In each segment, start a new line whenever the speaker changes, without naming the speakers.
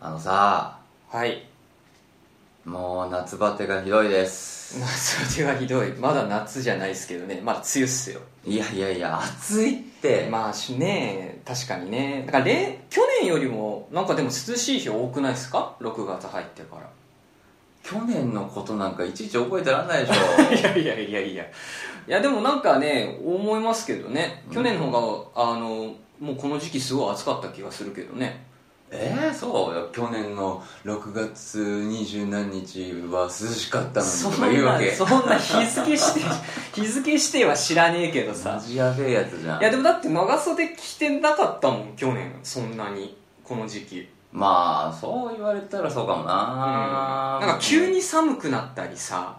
あのさ
はい
もう夏バテがひどいです
夏バテがひどいまだ夏じゃないですけどねまだ梅雨っすよ
いやいやいや暑いって、
まあしね確かにねだかられ去年よりもなんかでも涼しい日多くないですか6月入ってか
去年のことなんかいちいち覚えてらんないでし
ら いやいやいやいやいやでもなんかね思いますけどね去年の方が、あのもうこの時期すごい暑かった気がするけどね
ょえー、そうよ去年の6月二十何日は涼しかったのにとか言うわけ
そんな日付して 日付しては知らねえけど
マ
さ
ジやべえやつじゃん
いやでもだって長袖着てなかったもん去年そんなにこの時期
まあそう言われたらそうかもな、
なんか急に寒くなったりさ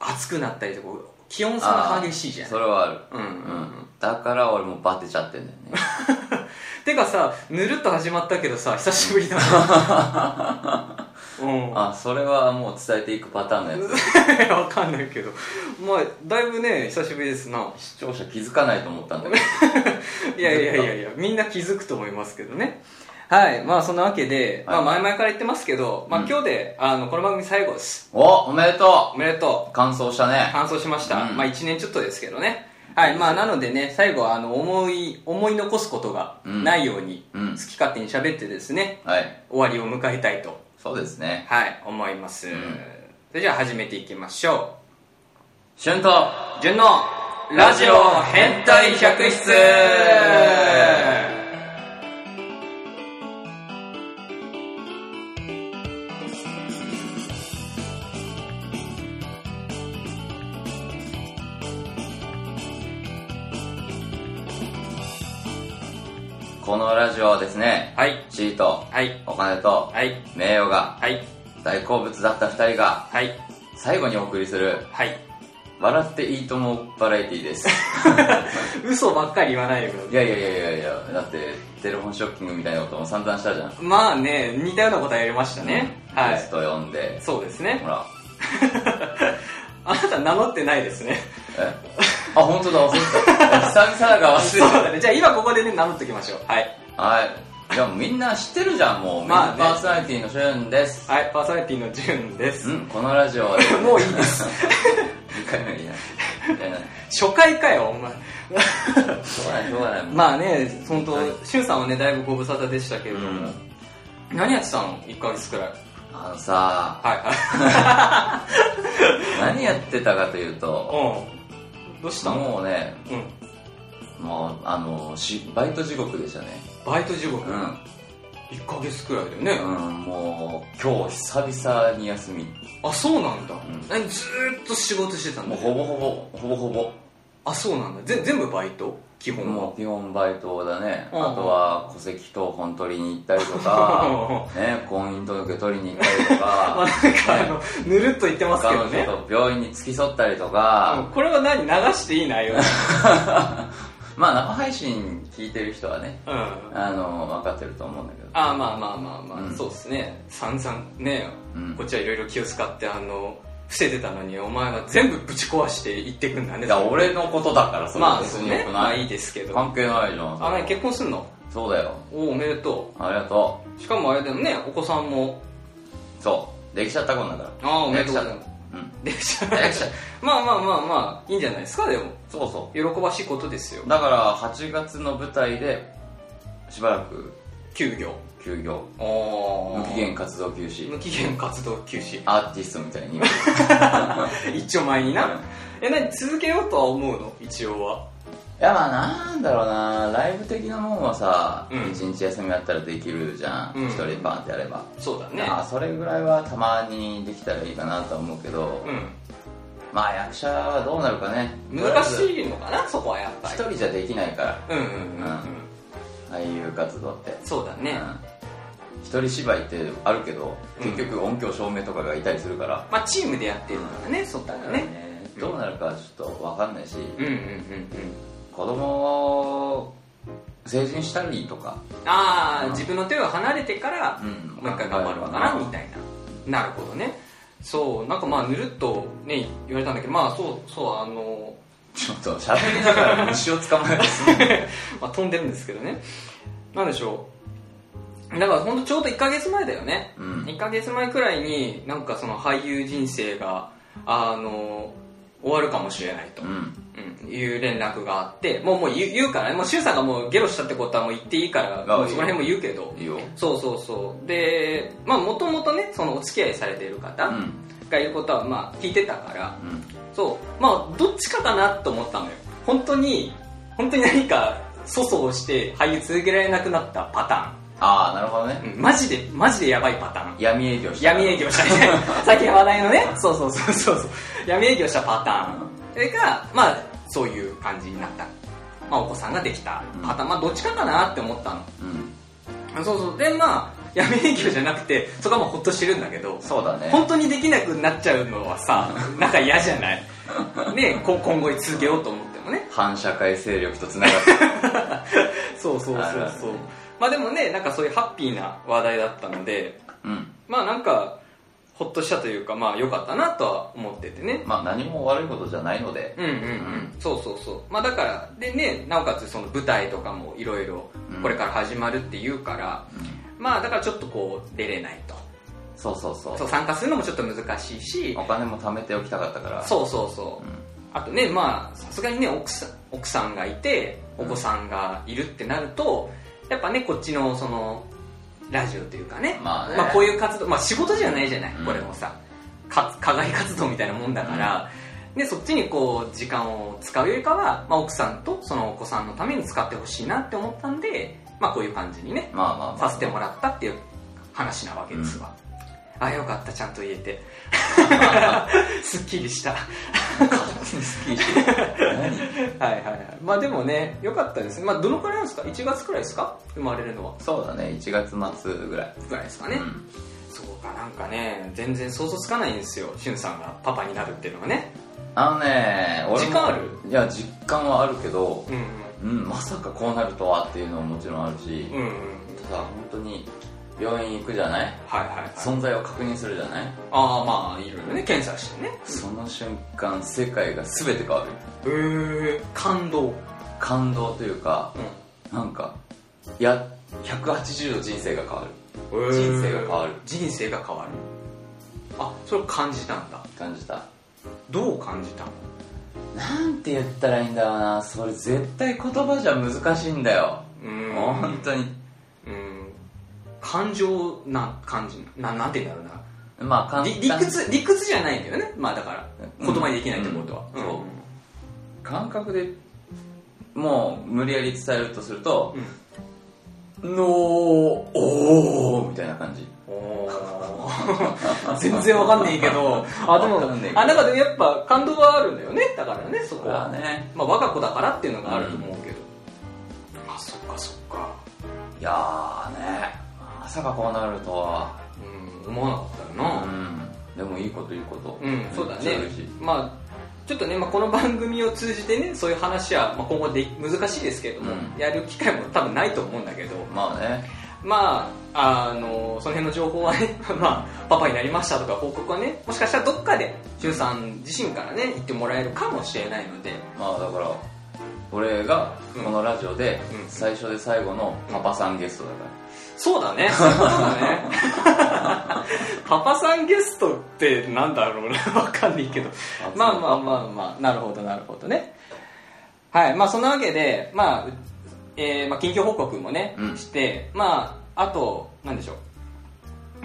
暑くなったりとか気温差が激しいじゃん
それはある
うんうん
う、
うんん
だから俺もバテちゃってんだよね
てかさぬるっと始まったけ どさ久しぶりだなうん
あそれはもう伝えていくパターンのやつ
わかんないけどまあだいぶね久しぶりですな
視聴者気づかないと思ったん だけど
いやいやいやいやみんな気づくと思いますけどねはいまあそんなわけで、
はい
まあ前々から言ってますけど、ま
う
あ
ん
今日であのこの番組最後です
おおめでと
おめでとう
う完走したね
完走しました、
うん
まあ1年ちょっとですけどねはいまあなのでね最後はあの思い思い残すことがないように
う
好
ん
き勝手に喋ってですね
はい
終わりを迎えたいと
そうですね
はい思います、
ん
それじゃあ始めていきましょ
旬と
う順のラジオ変態百室
このラジオはですね
はい
地位と
はい
お金と
はい
名誉が
はい
大好物だった2人が
はい
最後にお送りする
はい
「笑っていいともバラエティーです
嘘ばっかり言わないでくだ
い
さ
やいやいやいやいやだってテレフォンショッキングみたいなことも散々したじゃん
いまあね似たようなことはやりましたね、は
ゲス
い
ト呼んで
そうですね
ほら
あなた名乗ってないですね
えあ本当だ忘れてた久々だから忘
そ
れ
う
てた
だね。じゃあ今ここでね、名乗っときましょう。はい。
はい。じゃあみんな知ってるじゃん、もう。
ま
み
あね
んなパーソナリティのシュンです。
はい、パーソナリティのジュンです
う。ん、このラジオはですね、
もういいです。
2回目いない。いや
初回かよ、お前。
しょうがない、しょうがない。もう
まあね、本当
はい
シュンさんはね、だいぶご無沙汰でしたけれ
う
ども。
ん、
何やってたの ?1 ヶ月くらい。
あのさ、
はい、はい。
何やってたかというと、
うん。どうしたの
もうね、
うん。
もう、あの、しバイト地獄でしたね。
バイト地獄。
う
1
ん。
ヶ月くらいだよね。
うん、もう、今日久々に休み。
あ、そうなんだ。
ん
えずーっと仕事してたん
も
だ
う。ほぼほぼ、ほぼほぼ。
あ、そうなんだ。ぜ全部バイト基本は。
もう基本バイトだね。あ
うん
とは、戸籍謄本取りに行ったりと か、ね、婚姻届取りに行ったりとか。
まあなんかあの、ぬるっと言って ますけ
彼
ど
女
ね。
と病院に付き添ったりと
うん
か、
これは何流していい内容
まあ生配信聞いてる人はね、
うん。あ
あの、分かってると思うんだけど。
あ、まあまあまあまあ、
うん
そうですね。散々ね、
うん
こっちはいろいろ気を使って、あの、伏せてたのに、お前は全部ぶち壊して言ってくんだね。
いや、俺のことだから、それ
ま
は
あ、
別
そう
に
ね
よ。く
ま
な
あ
い。
いいですけど。
関係ないじゃん。
あ、
そ
何
れは
結婚するの
そうだよ。
おお、おめでと
ありがと
う。しかもあれだよね、お子さんも。
う。そう。できちゃったことだか
ああ、おめでとうございます。
ら。うん。
できちゃう
できちゃっ
まあまあまあまあ、いいんじゃないですか、でも。
た。そうそ
喜ばしいことですよ
う。。だから、8月の舞台で、しばらく
休業。
休業。
おー
無期。限活動休止。
無期限活動休止。
アーティストみた いに。
一丁前にな
うん。
え、何続けようとは思うの一応は。
いやまあなんだろうなライブ的なもんはさ、一
うん
1日休みあったらできるじゃん
うん
一、人バーンってやれば、
そうだね。
まあそれぐらいはたまにできたらいいかなとは思うけど、
う
まあ役者はどうなるかね
ん。難
とり
しいのかな、そこはやっ
あ
ぱ
え
り
ず。一人じゃできないから
うんうんうん。う
うん
ん、
俳優活動って
そうだ
う
ね。
ん一人芝居ってあるけど
うん
結局音響照明とかがいたりするから、
まあチームでやってるからね、そっか
だ
ら
から
ね。
ね
うん
どうなるかはちょっとわかんないし、
うんうんうん
子供を成人したりとか、
うん。あ
う
あ、
ん
自分の手を離れてから、
ん
もう一回頑張るのかな、みたいな。なるほどね。そう、なんかまあ、ぬるっとね、言われたんだけど、まあそう、そう、あの、
ちょっと喋りながら 虫を捕まえますね
まあ飛んでるんですけどね。なんでしょう。だから本当ちょうど1ヶ月前だよね、
うん
1ヶ月前くらいになんかその俳優人生があの終わるかもしれないと、
うん
うんいう連絡があってもうもう言う言うからねもう柊さんがもうゲロしたってことはもう言っていいから
あ
もうそこら辺も言うけど
いいよ
そうそうそうでまあもともとねそのお付き合いされている方
うん
がいることはまあ聞いてたから、
うん
そうまあどっちかかなと思ったのよ本当に本当に何か粗相をして俳優続けられなくなったパタ
ああなるほどね
ーン、うんマジでマジでやばいパターン
闇営業した
闇営業したみた いな最近話題のねそうそうそうそうそう闇営業したパターンそれがまあそういう感じになった、まあ、お子さんができたパターンまあどっちかかなって思ったの
うん
そうそうでまあ闇営業じゃなくてそこはもうほっとしてるんだけど
そうだね
本当にできなくなっちゃうのは さなんか嫌じゃないねこ今後続けようと思ってもね
反社会勢力とつながって
そうそうそう
あるある
そうまあでもねなんかそういうハッピーな話題だったので
うん
まあなんかほっとしたというかまあ良かったなとは思っててね
まあ何も悪いことじゃないので
うんうんうんそうそうそうまあだからでねなおかつその舞台とかもいろいろ
うん
これから始まるっていうから、
うん
まあだからちょっとこう出れないと
そうそうそう
そう参加するのもちょっと難しいし
お金も貯めておきたかったから
そうそうそう、
うん
あとねまあさすがにね奥さん奥さんがいてお子さんがいるってなるとやっぱねこっちのそのラジオというかね,、
まあね
こういう活動まあ仕事じゃないじゃない、
うん
これもさか課外活動みたいなもんだから、でそっちにこう時間を使うよりかは、まあ、奥さんとそのお子さんのために使ってほしいなって思ったんで、まあ、こういう感じにね
まあまあま
させてもらったっていう話なわけですわ、あよかったちゃんと言え てすっきりした
あ何
はいはいはいまあでもね良かったですねまあどのくらいなんですか1月くらいですか生まれるのは
そうだね1月末ぐらい
ぐらいですかね、
うん
そうかなんかね全然想像つかないんですよしゅんさんがパパになるっていうのがね
あのね俺も
時間ある
いや実感はあるけど
うん
うんまさかこうなるとはっていうのももちろんあるし
うんうんうん
ただ本当に病院行くじゃない
はいはいはい
存在を確認するじゃない
ああまあいろいろね検査してね
その瞬間世界が全て変わる
へえ感動うん
感動というかなんかや180度人生が変わる人生が変わる
人生が変わるあそれを感じたんだ
感じた
どう感じたの
なんて言ったらいいんだろうなそれ絶対言葉じゃ難しいんだよ
うん
本当に
うん感情な感じななんて言うんだろうな
まあ簡
理
単
理屈理屈じゃないんだよねまあだから
うん
言葉にできないってことは、
うん
ん
そう感覚でもう無理やり伝えるとすると
うん
「のーおー」みたいな感じ
おー 全然わかんねえけどあでも
わかんねえけど
あなんかでもやっぱ感動はあるんだよねだからね
そ
そこ
れは
は、
ね
まあ、我が子だからっていうのがあると思うけど、あそっかそっか
いやーねまさかこうなるとは
うん思わなかったよな、
うんでもいいこといいこと
うん、そう
め
だ
っ
ね
ちゃ嬉しい、
まあ、ちょっとね、まあ、この番組を通じてねそういう話は、まあ、今後で難しいですけども、
うん
やる機会も多分ないと思うんだけど
まあね
まああのその辺の情報はね、 まあ、パパになりましたとか報告はねもしかしたらどっかで潤さん自身からね言ってもらえるかもしれないので
まあだから俺がこのラジオで
うん
最初で最後のパパさんゲストだから
そうだねそういうことだね パパさんゲストってなんだろうなわかんないけどまあまあまあまあなるほどなるほどねはいまあそんなわけでまあ、うえーまあ、近況報告もね、
うん
してまああとなんでしょう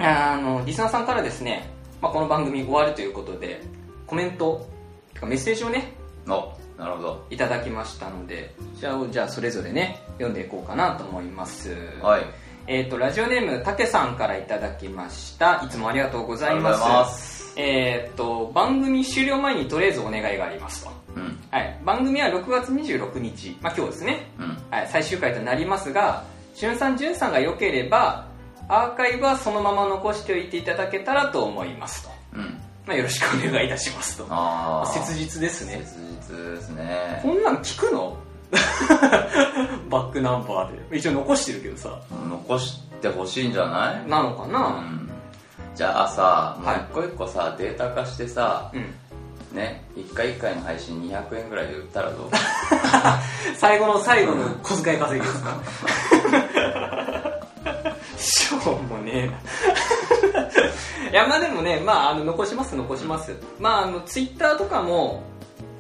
あのリスナーさんからですね、まあ、この番組終わるということでコメントてかメッセージをね
おなるほど
いただきましたのでじゃあじゃあそれぞれね読んでいこうかなと思います
はい
えっ、とラジオネームたけさんからいただきましたいつもありがとうご
あ
ざ
り
い
がとうご
ます
ざいます
えっ、と番組終了前にとりあえずお願いがありますと
うん
はい、番組は6月26日、まあ、今日ですね、
うん
はい、最終回となりますがしゅんさんじゅんさんが良ければアーカイブはそのまま残しておいていただけたらと思いますと、
うん
まあ、よろしくお願いいたしますと
ああ
切実ですね
切実ですね
こんなん聞くの バックナンバーで一応残してるけどさ
残してほしいんじゃない
なのか
う
なん
じゃあさも
はいう
一個一個さデータ化してさ
うん、
ね一回一回の配信200円ぐらいで売ったら どう
最後の最後の小遣い稼ぎですかねえな いやまあでもね、まあ、あの残します残します、まああのツイッターとかも、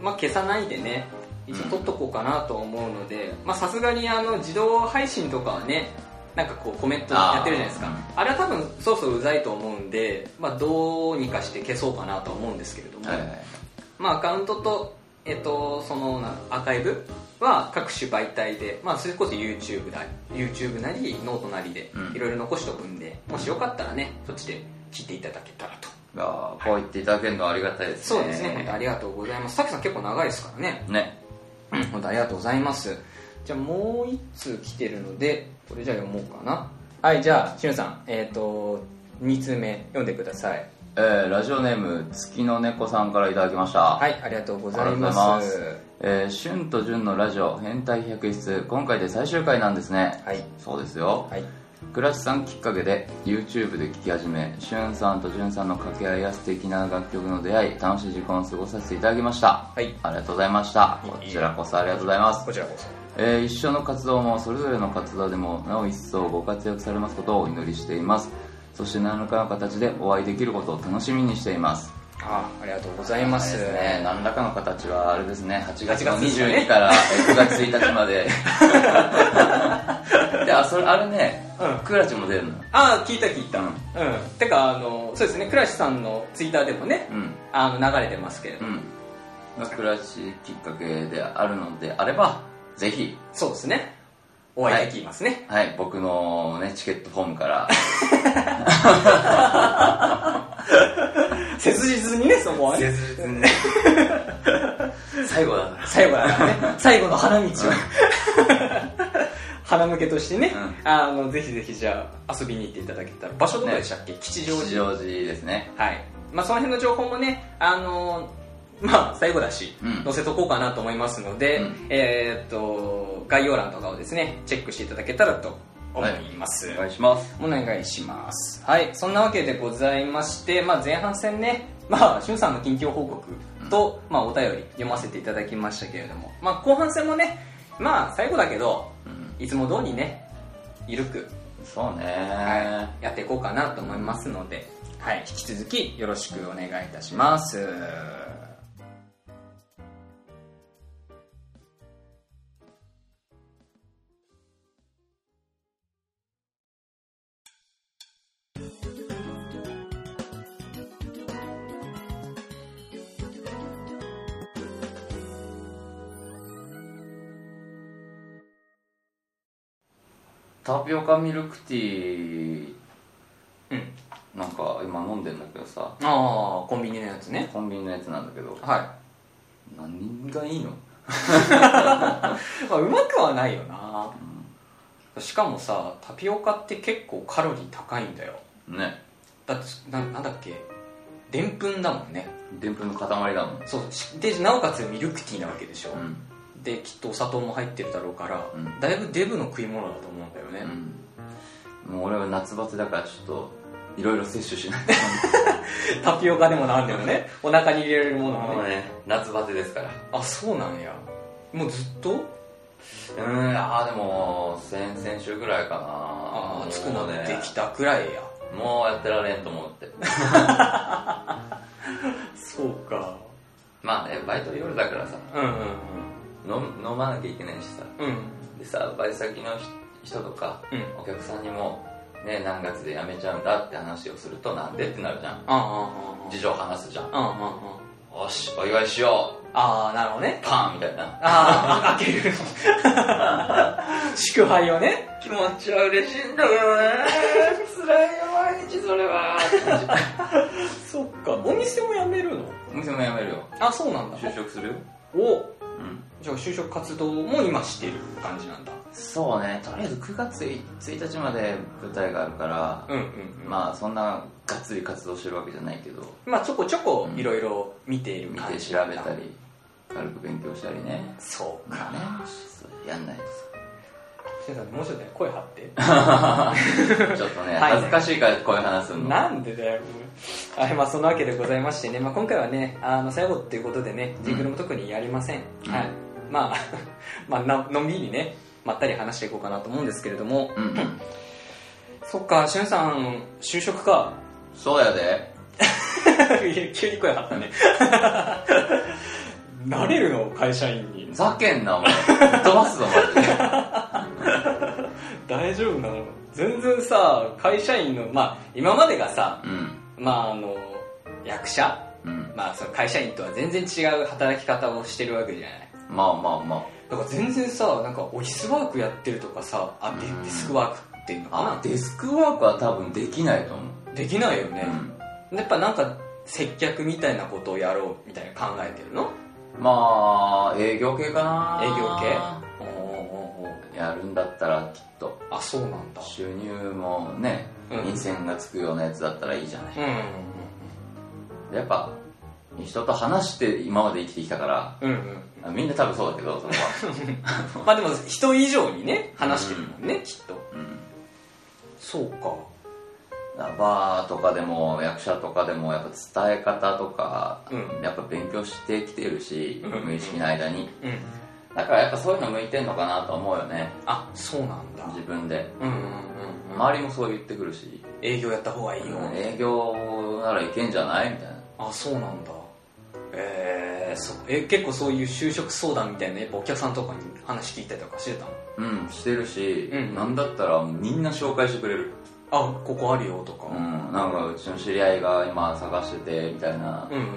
まあ、消さないでね一応撮っとこうかなと思うのでまあさすがにあの自動配信とかはねなんかこうコメントやってるじゃないですかあれは多分そろそろうざいと思うんで、まあ、どうにかして消そうかなとは思うんですけれども、
はいはい
まあ、アカウントと、えっと、そのなアーカイブは各種媒体で、まあ、それこそ YouTube だ YouTube なりノートなりで
うん
いろいろ残しておくんで、もしよかったらねそっちで聞いていただけたらと
あーこう言っていただけるのはありがたいですね
そうですね、本当ありがとうございますさきさん結構長いですからね
ね
本当ありがとうございますじゃあもう一通来てるのでこれじゃあ読もうかなはいじゃあしゅんさんえっ、と2通目読んでください
えーラジオネーム月の猫さんからいただきました
はいありがとうござ
あ
い
りがと
ま
うご
す
ざいますえー、旬と潤のラジオ変態百室今回で最終回なんですね
はい
そうですよ
はい
倉地さんきっかけで YouTube で聴き始め旬さんと潤さんの掛け合いや素敵な楽曲の出会い楽しい時間を過ごさせていただきました
はい
ありがとうございましたこちらこそありがとうございます
こちらこそ
えー一緒の活動もそれぞれの活動でもなお一層ご活躍されますことをお祈りしていますそして何らかの形でお会いできることを楽しみにしています
あありがとうございま
あれ
す
ですね何らかの形はあれですね8月の
8月です
22
ね
から9月1日まで であそれあれね、
うん
クラチも出るの
ああ聞いた聞いた
う
うんん、てかあのそうですね倉石さんのツイッターでもね、
うん
あの流れてますけれど、
うんまあクラチきっかけであるのであればぜひ
そうですねお会いできますね、
はい僕のねチケットフォームから
切実にねそこはね
最後だから
最後だからね 最後の花道を花向けとしてね、
う
あのぜひぜひじゃあ遊びに行っていただけたら場所どこでしたっけ、吉祥
吉
寺
祥寺ですね
はいまあその辺の情報もねあのまあ最後だし、
うん
載せとこうかなと思いますので、
うん
えーっと概要欄とかをですねチェックしていただけたらと思います、
お願いします
お願いしますはいそんなわけでございまして、まあ、前半戦ねまあしゅんさんの近況報告と、まあ、お便り読ませていただきましたけれども、まあ、後半戦もねまあ最後だけど
うん
いつも通りねゆるく
そうね、
やっていこうかなと思いますので、はい、引き続きよろしくお願いいたします。
タピオカミルクティ
うん。
ーなんか今飲んでんだけどさ
ああ、コンビニのやつね。
コンビニのやつなんだけど
は
何がいいの
い。まあ、うまくはないよな。しかもさ、タピオカって結構カロリー高いんだよ。
ね
だって、ななんだっけ、でんぷんだもんね。
でんぷんの塊だもん
そうしで、なおかつミルクティーなわけでしょ。
うん
で、きっとお砂糖も入ってるだろうから、
うん
だいぶデブの食い物だと思うんだよね。
うんもう俺は夏バテだからちょっといろいろ摂取しない
タピオカでもなんでもね、お腹に入れられるものも
と
ね。
ね 夏バテですから
あそうなんやもうずっと
うんああでも先々週ぐらいか
あ
な
暑くなってきたくらいや
もうやってられんと思って
そうか
まあねバイト夜だからさ
うんうん
飲飲まなきゃいけないしさ
うんうん
でさバイト先のひ人とか
うん
お客さんにもね何月で辞めちゃうんだって話をするとなんでってなるじゃん
ああ
事情話すじゃん
あああああ
よしお祝いしよう
あああなるほど ね
パンみたいな
ああ開ける祝杯をね
気持ちは嬉しいんだ けどね辛いよ毎日それは
そっかお店も辞めるの
お店も辞めるよ
あそうなんだ
就職するよ
お
うん
じゃあ就職活動も今してる感じなんだ
そうねとりあえず9月1日まで舞台があるから
うんうんうんまあ
まあそんながっつり活動してるわけじゃないけど
まあちょこちょこいろいろ見ている
見
感
て
じ
調
なん
べ
だ
たり軽く勉強したりね
そう
ま
か
あねそうやんないとさ
しゅんさんもうちょっとね声張って
ちょっとね、
はい
恥ずかしいからこういう話すんの。
なんでだよ、はいまあ、そんなわけでございましてね、まあ、今回はね、あの最後っていうことでね、ジングルも特にやりません。
うん
はい。まあ、 まあ、なのんびりね、まったり話していこうかなと思うんですけれども、
うん。
そっかしゅんさん就職か
そうやで
いや急に声張ったね なれるの会社員に
ふざけんなお 前ぶっ飛ばすぞマジで
大丈夫なの全然さ会社員のまあ今までがさ
うん
まああの役者
うん
まあその会社員とは全然違う働き方をしてるわけじゃない
まあまあま
だから全然さなんかオフィスワークやってるとかさあデ
うん
デスクワークっていうの
ああ
か
デスクワークは多分できないと思う、
なできないよね
う、ん
やっぱなんか接客みたいなことをやろうみたいな考えてるの
まあ営業系かな
営業系おーおーおー
系やるんだったらきっと
あそうなんだ
収入もね
うん
陰線がつくようなやつだったらいいじゃない、
う
やっぱ人と話して今まで生きてきたから
んうんうんうん
あみんな多分そうだけどそれ は、
まあでも人以上にね話してるもんね、きっと
うん、
そうか
だからバーとかでも役者とかでもやっぱ伝え方とか、
うん
やっぱ勉強してきてるし、
うん
無意識の間に
うん
だからやっぱそういうの向いてんのかなと思うよね
あそうなんだ
自分で
うんうんうん、うん、
周りもそう言ってくるし、
営業やった方がいいよ、
うん営業ならいけんじゃないみたいな
あそうなんだえー、そうえ結構そういう就職相談みたいなやっぱお客さんとかに話聞いたりとかしてたの
うんしてるし、
うん
なんだったらみんな紹介してくれる
あここあるよとか、
うんなんかうちの知り合いが今探しててみたいな
うん、うんうん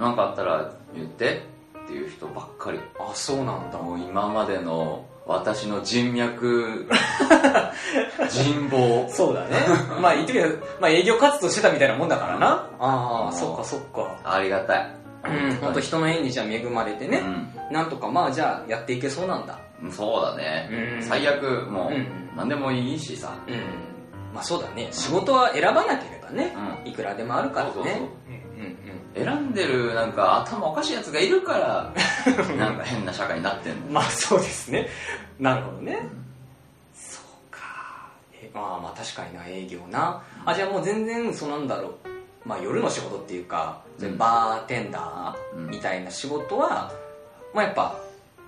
なんかあったら言ってっていう人ばっかり
あそうなんだ
もう今までの私の人 脈人望
そうだねまあ言ってみれば、まあ、営業活動してたみたいなもんだからな、あ
あー
あそっかそっか
ありがたい
うん本当人の縁にじゃあ恵まれてね、なんとかまあじゃあやっていけそうなんだ
うんそうだね、
うん
最悪もう、
うん
何でもいいしさ
うんまあそうだね仕事は選ばなければね、いくらでもあるからね
そうそうそう
うんうん
選んでるなんか頭おかしいやつがいるから なんか変な社会になってんの
うんまあそうですねなるほどね、そうかえまあまあ確かにな営業なあじゃあもう全然そうなんだろうまあ夜の仕事っていうか、
うん
バーテンダ
うん
ーみたいな仕事は、まあやっぱ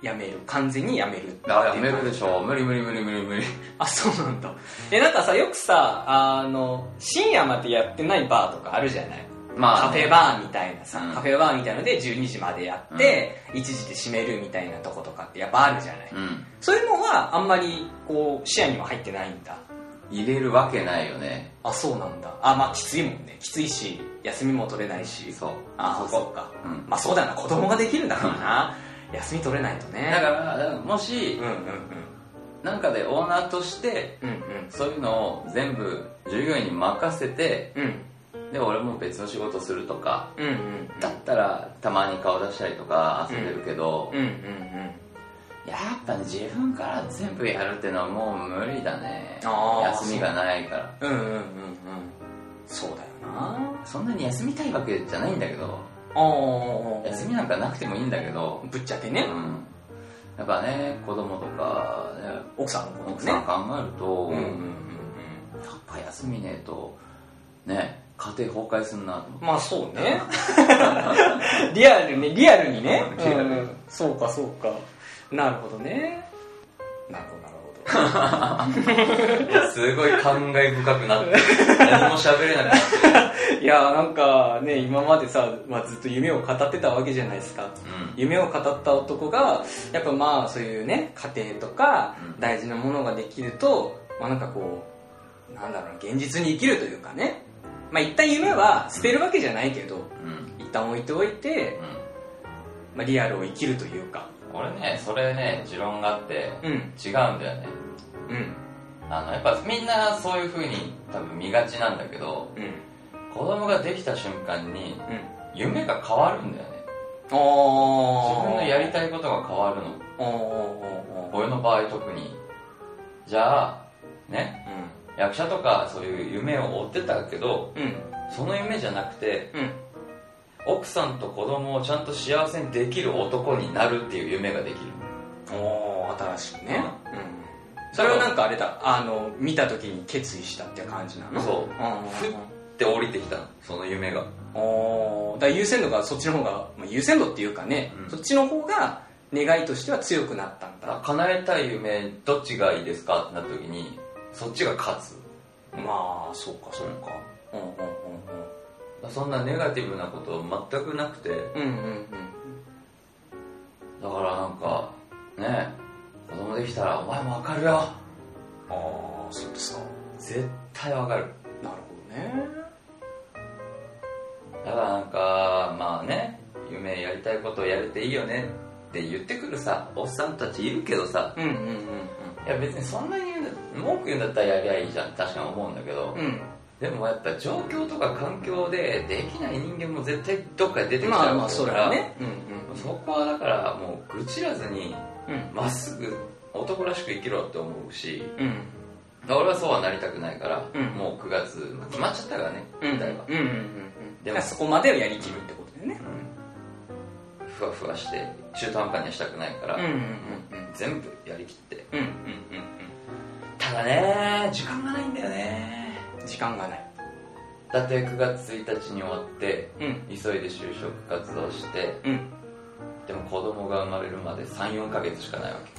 やめる完全にやめるっていう
あやめるでしょ無理無理無理無理無理
あそうなんだえなんかさよくさあの深夜までやってないバーとかあるじゃない
ま
カ
あ
フ
ね、
ェバーみたいなさ、
うん
カフェバーみたいので12時までやって、1時で閉めるみたいなとことかってやっぱあるじゃない、
うん
そういうのはあんまりこう視野には入ってないんだ
入れるわけないよね
あそうなんだあまあきついもんねきついし休みも取れないし
そう
あそ
そ
っか
う、うん、
まあそうだよな子供ができるんだからな休み取れないとね
だからだからもし
うんうん
なんかでオーナーとして
うんうん
そういうのを全部従業員に任せて
うんうん
で俺も別の仕事するとか
うんうん
だったらたまに顔出したりとか遊んでるけど、
うんうんうん
やっぱね自分から全部やるってのはもう無理だね
あー
休みがないから
うんうんうんうんそうだよな
そんなに休みたいわけじゃないんだけど
ああ
休みなんかなくてもいいんだけど、
ぶっちゃけ
う
ね、
ん、やっぱね子供とか、ね、
奥さんのこ
奥
とね
さん考えると、
うんうんう
や
ん
っぱ休みねえとね家庭崩壊すんなと思って
まあそ うねリアルにリアルにね、
リアルに
うんそうかそうかなるほどねなるほどなるほど
すごい感慨深くなって何も喋れなくなって
いやなんかね今までさ、まあ、ずっと夢を語ってたわけじゃないですか夢を語った男がやっぱまあそういうね家庭とか
うん
大事なものができると、まあなんかこうなんだろうな現実に生きるというかねまあ一旦夢は捨てるわけじゃないけど
うんうん
一旦置いておいて、
う
まあ、リアルを生きるというか
ん俺ねそれね持論があって
うん
違うんだよね
うん
あのやっぱみんなそういう風に多分見がちなんだけど
うん
子供ができた瞬間に
うん
夢が変わるんだよね
あ
自分のやり
い
たいことが変わるの
おー
俺の場合特にじゃあね役者とかそういう夢を追ってたけど
うんうん
その夢じゃなくて
うん
奥さんと子供をちゃんと幸せにできる男になるっていう夢ができる
おー新しくね、うんそれはなんかあれだあの見た時に決意したって感じなの
そう
うんうんうん
ふって降りてきたのその夢が
おーだから優先度がそっちの方が、まあ、優先度っていうかね、
うん
そっちの方が願いとしては強くなったんだ
あ叶えたい夢どっちがいいですかってなった時にそっちが勝つ
まあそうかそうかうんうん
そんなネガティブなこと全くなくて
うんうんうんうん
だからなんかね子供できたらお前もわかるよ
ああそうですか
絶対わかる
なるほどね
だからなんかまあね夢やりたいことをやれていいよねって言ってくるさおっさんたちいるけどさ
うんうん
いや別にそんなに言うんだ文句言うんだったらやりゃいいじゃんって確かに思うんだけど、
うんうん
でもやっぱ状況とか環境でできない人間も絶対どっかで出てきち
ま
ゃ
あ
う
ま
わ
あ
け
そ
だ
れ
から、
はねうん
そこはだからもう愚痴らずに
うん
まっすぐ男らしく生きろって思うし
うん
俺はそうはなりたくないから、
うん
もう9月まあ決まっちゃったからね
うんうん
舞台は、
うんうんうん
で
だ
も
からそこまでをやりきるってことだよね
うんふわふわして中途半端にはしたくないから、
うんうんうん
全部やりきって
うんうんうん
ただね時間がないんだよね
うん時間がない
だって9月1日に終わって
うん
急いで就職活動して
うん
でも子供が生まれるまで34ヶ月しかないわけ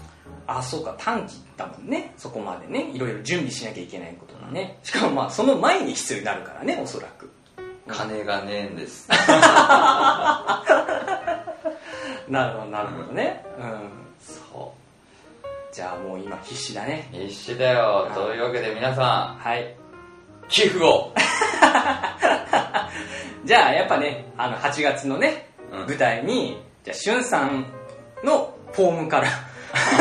あそうか短期だもんねそこまでねいろいろ準備しなきゃいけないことがねしかもまあその前に必要になるからねおそらく
金がねえんです
なるほどなるほどねうん
そ
じゃあもう今必死だね
う必死だよというわけで皆さ
はい
ん寄付を
じゃあやっぱねあの8月のね、
うん
舞台にじゃあしゅんさんのフォームから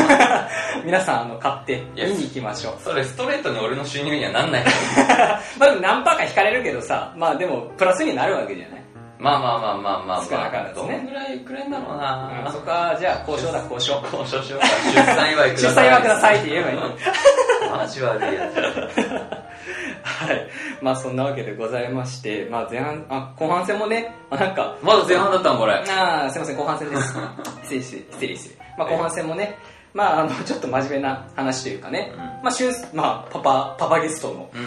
皆さんあの買って見に行きましょう
それストレートに俺の収入にはなんないから
まあでも何パーか引かれるけどさまあでもプラスになるわけじゃない、
まあまあまあまあまあ
少な
ま
か
あ
らず
ど
ね
んぐらいくれんだろう
うんそ
な
こはじゃあ交渉だ交渉
交渉しようか出産祝いくだ
出
さ
産
い
はくださいって言えばいいのに
マジ悪いやつ
はいまあそんなわけでございまして、まあ、前半あ後半戦もね、まあ、なんか
まだ前半だったんこれ
あーすいません後半戦 です失礼して失礼して、まあ、後半戦もね、まあ、あのちょっと真面目な話というかね、
うん
まあしゅんまあ、パパパパゲストの、
うん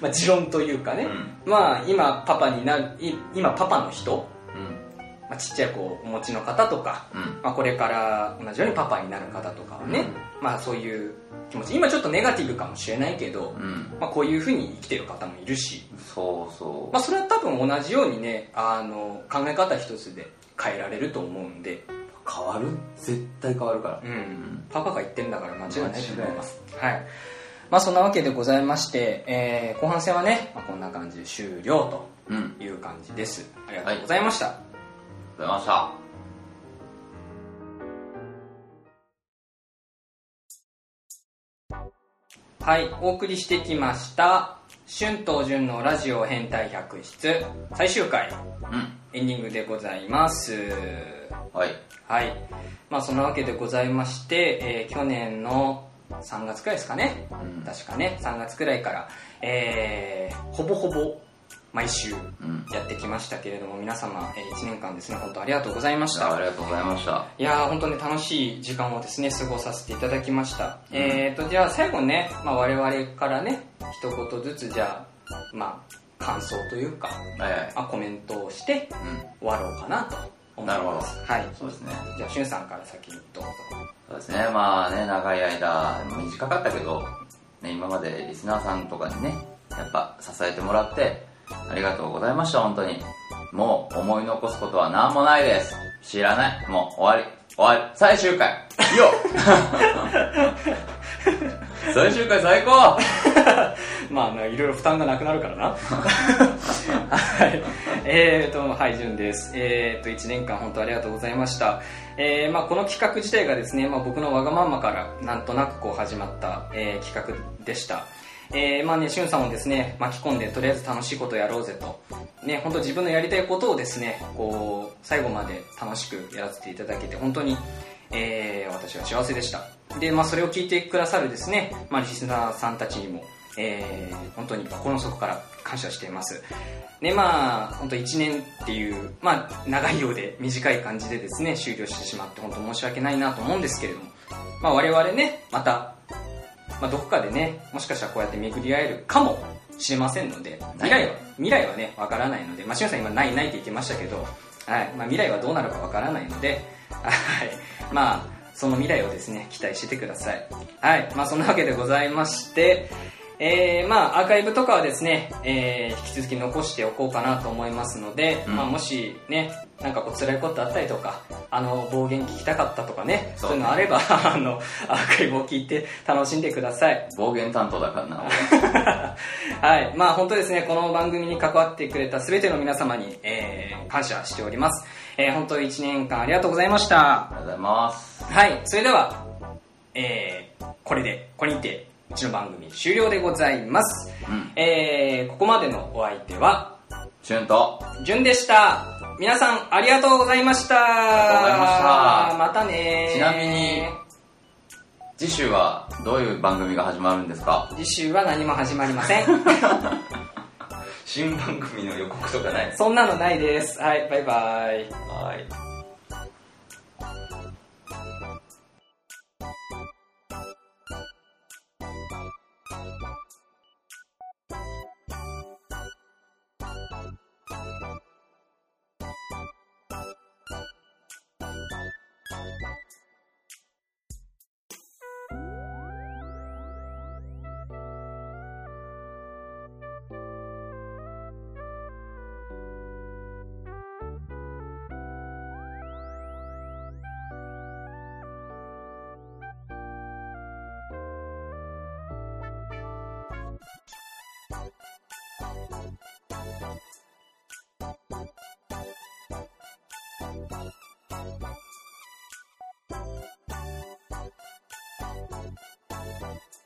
まあ持論というかね、まあ、今パパにない今パパの人、
うん
まあ、ちっちゃい子をお持ちの方とか、
うん
まあ、これから同じようにパパになる方とかはね、まあ、そういう気持ち今ちょっとネガティブかもしれないけど、
うん
まあ、こういうふうに生きてる方もいるし、
そうそ
まあ、それは多分同じようにねあの考え方一つで変えられると思うんで、
う変わる絶対変わるから
うん
ん
パパが言ってんだから間違いないと思いますはいまあそんなわけでございまして、えー後半戦はね、まあ、こんな感じで終了
うんありがとう
という感じですありがとうございました、
ございました
はい、お送りしてきました春と潤のラジオ変態百室最終回
うん
エンディングでございます
はい
はいまあそんなわけでございまして、えー去年の3月くらいですかね
うん
確かね3月くらいから、えーほぼほぼ毎週
うん
やってきましたけれども皆様、え1年間ですね本当ありがとうございまし
じゃあ
た
ありがとうございました
いやー本当に楽しい時間をですね過ごさせていただきました、えーとじゃあ最後ね、まあ、我々からね一言ずつじゃあまあ感想というか、
はいはい
まあ、コメントをして
うん
終わろうかなと思いますはい
そうですね
じゃあしゅんさんから先にどうぞ
そうですねまあね長い間短かったけど、ね、今までリスナーさんとかにねやっぱ支えてもらってありがとうございました本当にもう思い残すことは何もないです知らないもう終わり終わり最終 回よっ最終回最高
まあ、いろいろ負担がなくなるからな。はい。えーと、はい、じゅんです。えーと、1年間本当ありがとうございました。えーまあ、この企画自体がですね、まあ、僕のわがままからなんとなくこう始まった、えー企画でした。えーまあね、しゅんさんをですね、巻き込んで、とりあえず楽しいことやろうぜと。ね、本当自分のやりたいことをですね、こう、最後まで楽しくやらせていただけて、本当に、えー私は幸せでした。で、まあ、それを聞いてくださるですね、まあ、リスナーさんたちにも、えー本当に心の底から感謝しています。で、まあ、本当1年っていう、まあ、長いようで短い感じでですね、終了してしまって、本当申し訳ないなと思うんですけれども、まあ、我々ね、また、まあ、どこかでね、もしかしたらこうやって巡り合えるかもしれませんので、未来は、未来はね、わからないので、まあ、しゅんさん今、ないないって言ってましたけど、はい、まあ、未来はどうなるかわからないので、はい、まあ、その未来をですね、期待しててください。はい、まあ、そんなわけでございまして、えーまあ、アーカイブとかはですね、えー引き続き残しておこうかなと思いますので、
うん
まあ、もしね、なんかこう辛いことあったりとか、あの暴言聞きたかったとかね、
そ
そうういうのあれば、 あの、アーカイブを聞いて楽しんでください。
暴言担当だからな。
はい。まあ本当ですね、この番組に関わってくれた全ての皆様に、えー感謝しております。えー本当1年間ありがとうございました
あ。りがとうございます。
はい、それでは、えー、これで、これにて、うちの番組終了でございます。
うん
えー、ここまでのお相手は、
チュンと、
じゅんでした。皆さん、ありがとうございました。
ありがとうございました
またね
ちなみに次週はどういう番組が始まるんですか
次週は何も始まりません。
新番組の予告とかないです
そんなのないです。はい、バイバイ。
はい。
「